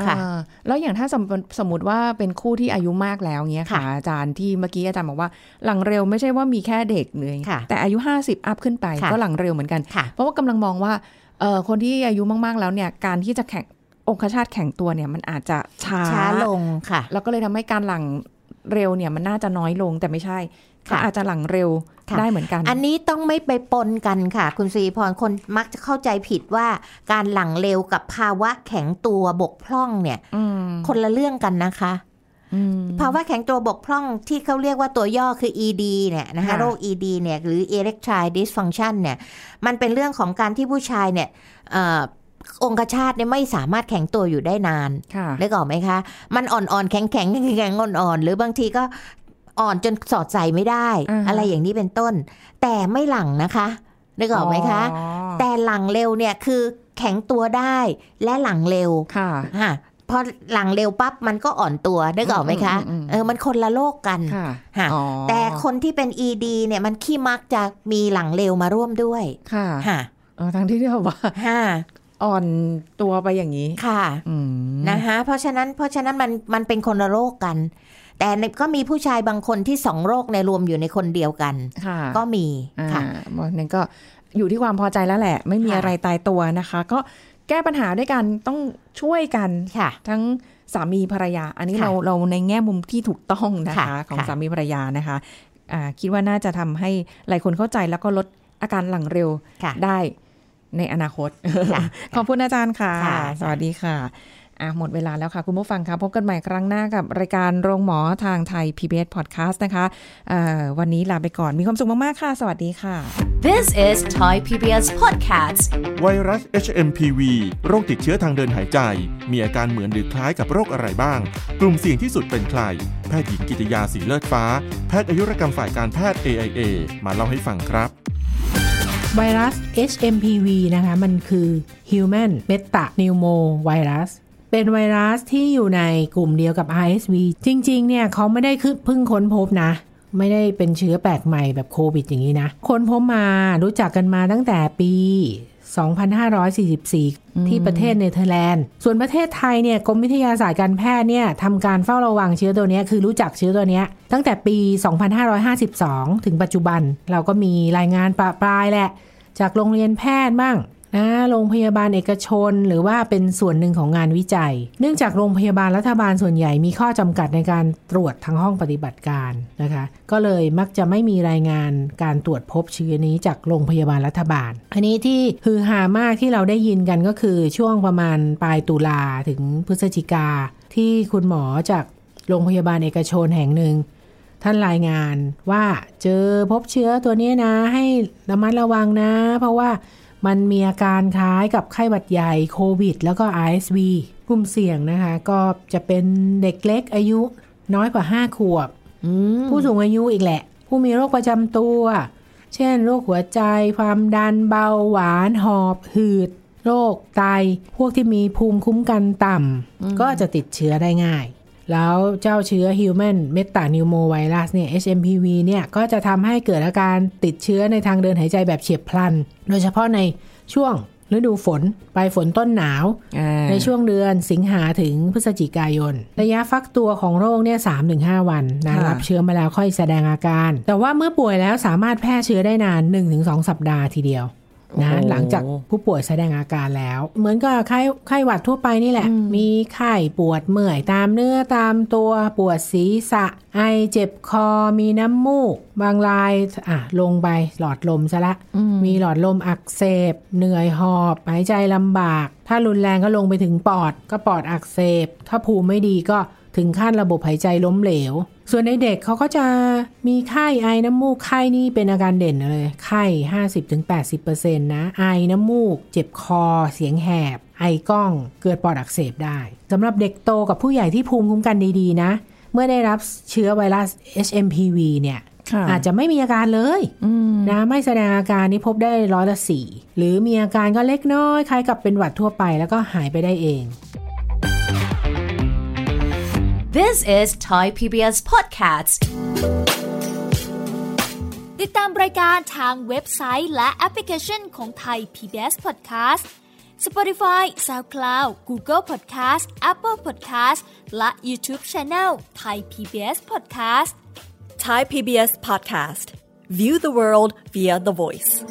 Speaker 2: ค่ะ
Speaker 3: อ่าแล้วอย่างถ้าสมมติสมมติว่าเป็นคู่ที่อายุมากแล้วเงี้ยค่ะ
Speaker 2: ค่ะ
Speaker 3: อาจารย์ที่เมื่อกี้อาจารย์บอกว่าหลังเร็วไม่ใช่ว่ามีแค่เด็กเลย
Speaker 2: ค่ะ
Speaker 3: แต่อายุ 50 อัพขึ้นไป
Speaker 2: ค่ะ
Speaker 3: ก็หลังเร็วเหมือนกัน
Speaker 2: ค่ะ
Speaker 3: เพราะว่ากำลังมองว่าเออคนที่อายุมากๆแล้วเนี่ยการที่จะแข่งองคชาตแข่งตัวเนี่ยมันอาจจะช้า
Speaker 2: ช้าลงค่ะ
Speaker 3: แล้วก็เลยทำให้การหลังเร็วเนี่ยมันน่าจะน้อยลงแต่ไม่ใช่ก็
Speaker 2: ค่ะ
Speaker 3: อาจจะหลังเร็ว
Speaker 2: ค่ะ
Speaker 3: ได้เหมือนกัน
Speaker 2: อันนี้ต้องไม่ไปปนกันค่ะ คุณสีพรคนมักจะเข้าใจผิดว่าการหลังเร็วกับภาวะแข็งตัวบกพร่องเนี่ย
Speaker 3: อืม
Speaker 2: คนละเรื่องกันนะคะ
Speaker 3: อืม
Speaker 2: ภาวะแข็งตัวบกพร่องที่เขาเรียกว่าตัวย่อคือ ED เนี่ยนะคะ
Speaker 3: ค่ะ
Speaker 2: โรค ED เนี่ยหรือ erectile dysfunction เนี่ยมันเป็นเรื่องของการที่ผู้ชายเนี่ยเออองคชาตเนี่ยไม่สามารถแข็งตัวอยู่ได้นาน
Speaker 3: ค่ะ
Speaker 2: นึกออกไหมคะ มันอ่อนๆ แข็งๆแข็งๆแข็งๆอ่อนๆ หรือบางทีก็อ่อนจนสอดใส่ไม่ได้
Speaker 3: อ่าฮะ
Speaker 2: อะไรอย่างนี้เป็นต้น แต่ไม่หลังนะคะนึกออกไหมคะ
Speaker 3: อ๋อ
Speaker 2: แต่หลังเร็วเนี่ยคือแข็งตัวได้และหลังเร็ว
Speaker 3: ค่ะ
Speaker 2: ค่ะพอหลังเร็วปั๊บมันก็อ่อนตัวนึกออกไหมคะ
Speaker 3: อืมอืมอืม
Speaker 2: เออมันคนละโลกกัน
Speaker 3: ค่ะ
Speaker 2: ค่ะ
Speaker 3: อ๋อ
Speaker 2: แต่คนที่เป็น ED เนี่ยมันขี้มักจะมีหลังเร็วมาร่วมด้วย
Speaker 3: ค่ะ
Speaker 2: ค่ะ
Speaker 3: เออทั้งที่ที่แบบว่า
Speaker 2: ค่ะ
Speaker 3: อ่อนตัวไปอย่างนี้
Speaker 2: ค่ะ
Speaker 3: อืม
Speaker 2: นะคะเพราะฉะนั้นเพราะฉะนั้นมันมันเป็นคนละโรคกัน แต่ก็มีผู้ชายบางคนที่สองโรคในยรวมอยู่ในคนเดียวกัน
Speaker 3: ค่ะ
Speaker 2: ก็มี
Speaker 3: อ่า
Speaker 2: ค่ะ
Speaker 3: บอกนั่นก็อยู่ที่ความพอใจแล้วแหละ ไม่มี
Speaker 2: ค่ะ
Speaker 3: อะไรตายตัวนะคะ ก็แก้ปัญหาด้วยกันต้องช่วยกัน
Speaker 2: ค่ะ
Speaker 3: ทั้ง สามีภรรยา อันนี้
Speaker 2: ค่ะ
Speaker 3: เราเราในแง่มุมที่ถูกต้องนะคะ
Speaker 2: ค่ะ
Speaker 3: ของ
Speaker 2: ค่ะ
Speaker 3: สามีภรรยานะคะอ่าคิดว่าน่าจะทำให้หลายคนเข้าใจแล้วก็ลดอาการหลังเร็ว
Speaker 2: ค่ะ
Speaker 3: ได้ในอนาคต
Speaker 2: ค่ะ
Speaker 3: ขอบคุณอาจารย์ค่ะ
Speaker 2: ค่ะ
Speaker 3: สวัสดีค่ะอ่ะ หมดเวลาแล้วค่ะ คุณผู้ฟังค่ะพบกันใหม่ครั้งหน้ากับรายการโรงหมอทางไทย PBS Podcast นะคะเอ่อวันนี้ลาไปก่อนมีความสุขมาก ๆ ค่ะ สวัสดีค่ะ
Speaker 1: This is Thai PBS Podcast.
Speaker 4: ไวรัส HMPV โรคติดเชื้อทางเดินหายใจ มีอาการเหมือนหรือคล้ายกับโรคอะไรบ้าง กลุ่มเสี่ยงที่สุดเป็นใคร แพทย์หญิงกิตยาสีเลือดฟ้า แพทย์อายุรกรรมฝ่ายการแพทย์ AIA มาเล่าให้ฟังครับ
Speaker 5: ไวรัส HMPV นะคะ มันคือ Human Metapneumovirus เป็นไวรัสที่อยู่ในกลุ่มเดียวกับ RSV จริงๆ เนี่ยเขาไม่ได้คือเพิ่งค้นพบนะ ไม่ได้เป็นเชื้อแปลกใหม่แบบโควิดอย่างนี้นะ ค้นพบมารู้จักกันมาตั้งแต่ปี 2544 ที่ประเทศเนเธอร์แลนด์ ส่วนประเทศไทยเนี่ยกรมวิทยาศาสตร์การแพทย์เนี่ยทำการเฝ้าระวังเชื้อตัวเนี้ยคือรู้จักเชื้อตัวเนี้ยตั้งแต่ปี 2552 ถึงปัจจุบัน เราก็มีรายงานประปรายแหละ จากโรงเรียนแพทย์บ้างนะโรงพยาบาลเอกชนหรือว่าเป็นส่วนหนึ่งของงานวิจัย เนื่องจากโรงพยาบาลรัฐบาลส่วนใหญ่มีข้อจำกัดในการตรวจทางห้องปฏิบัติการนะคะ ก็เลยมักจะไม่มีรายงานการตรวจพบเชื้อนี้จากโรงพยาบาลรัฐบาล อันนี้ที่ฮือฮามากที่เราได้ยินกันก็คือช่วงประมาณปลายตุลาถึงพฤศจิกา ที่คุณหมอจากโรงพยาบาลเอกชนแห่งหนึ่ง ท่านรายงานว่าเจอพบเชื้อตัวนี้นะ ให้ระมัดระวังนะ เพราะว่ามันมีอาการคล้ายกับไข้หวัดใหญ่โควิด แล้วก็ RSV กลุ่มเสี่ยงนะคะ ก็จะเป็นเด็กเล็กอายุน้อยกว่า 5 ขวบ ผู้สูงอายุอีกแหละ ผู้มีโรคประจำตัว เช่นโรคหัวใจ ความดันเบาหวาน หอบ หืด โรคไต พวกที่มีภูมิคุ้มกันต่ำก็จะติดเชื้อได้ง่าย แล้วเจ้าเชื้อ Human Metapneumovirus เนี่ย HMPV เนี่ย ก็จะทำให้เกิดอาการติดเชื้อในทางเดินหายใจแบบเฉียบพลัน โดยเฉพาะในช่วงฤดูฝนปลายฝนต้นหนาว
Speaker 3: อ่า
Speaker 5: ในช่วงเดือนสิงหาถึงพฤศจิกายน ระยะฟักตัวของโรคเนี่ยสามถึงห้าวันนะ
Speaker 3: ค่ะ
Speaker 5: รับเชื้อมาแล้วค่อยแสดงอาการ แต่ว่าเมื่อป่วยแล้วสามารถแพร่เชื้อได้นาน 1-2 สัปดาห์ทีเดียวนะหลังจากผู้ป่วยแสดงอาการแล้ว เหมือนกับไข้ไข้หวัดทั่วไปนี่แหละ มีไข้ปวดเมื่อยตามเนื้อตามตัวปวดศีรษะ ไอเจ็บคอมีน้ำมูก บางรายอ่ะลงไปหลอดลมซะละ มีหลอดลมอักเสบ เหนื่อยหอบหายใจลำบาก ถ้ารุนแรงก็ลงไปถึงปอด ก็ปอดอักเสบ ถ้าภูมิไม่ดีก็ถึงขั้นระบบหายใจล้มเหลว ส่วนในเด็กเขาก็จะมีไข้ไอน้ำมูกไข้นี่เป็นอาการเด่นเลย ไข้ 50-80%นะ ไอน้ำมูก เจ็บคอ เสียงแหบ ไอกล้อง เกิดปอดอักเสบได้สำหรับเด็กโตกับผู้ใหญ่ที่ภูมิคุ้มกันดีๆนะ เมื่อได้รับเชื้อไวรัส HMPV เนี่ย
Speaker 3: ค่ะ
Speaker 5: อาจจะไม่มีอาการเลยนะไม่แสดงอาการนี่พบได้ร้อยละสี่หรือมีอาการก็เล็กน้อยคล้ายกับเป็นหวัดทั่วไปแล้วก็หายไปได้เอง
Speaker 1: This is Thai PBS Podcast
Speaker 6: ติดตามรายการทางเว็บไซต์และแอปพลิเคชันของไทย PBS Podcast Spotify SoundCloud Google Podcast Apple Podcast และ YouTube Channel Thai PBS Podcast
Speaker 7: Thai PBS Podcast. View the world via the voice.